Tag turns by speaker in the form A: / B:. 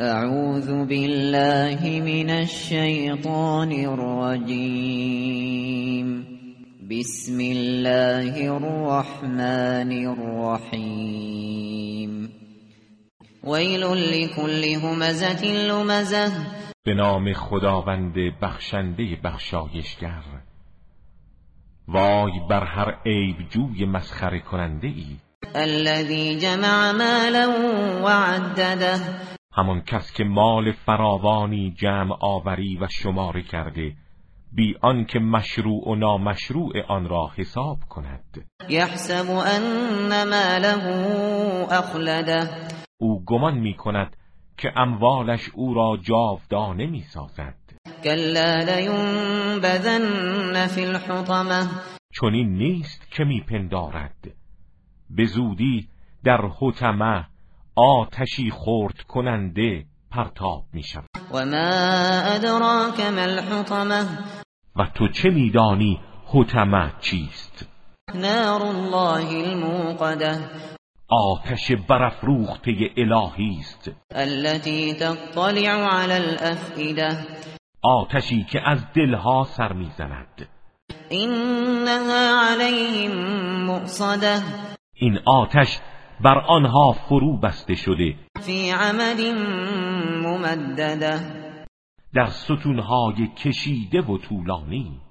A: أعوذ بالله من الشيطان الرجيم بسم الله الرحمن الرحيم ويل لكل همزة لمزة
B: به نام خداوند بخشنده بخشایشگر وای بر هر عیب جوی مسخره کننده ای
A: الذي جمع مالا وعدده
B: همان کس که مال فراوانی جمع آوری و شماره کرده بی آنکه مشروع و نامشروع آن را حساب کند
A: يحسب أن ماله أخلده
B: او گمان می کند که اموالش او را جاودانه می سازد
A: كلا لينبذن في الحطمة
B: چنین نیست که میپندارد به زودی در حتمه آتشی خورد کننده پرتاب می شود
A: وما أدراك ما الحطمة
B: و تو چه میدانی حتمه چیست
A: نار الله الموقدة
B: آتش برافروخته الهی است
A: التي تطلع على الأفئدة
B: آتشی که از دلها سر میزند
A: إنها عليهم مؤصدة
B: این آتش بر آنها فرو بسته شده
A: في عمد ممددة
B: در ستونهای کشیده و طولانی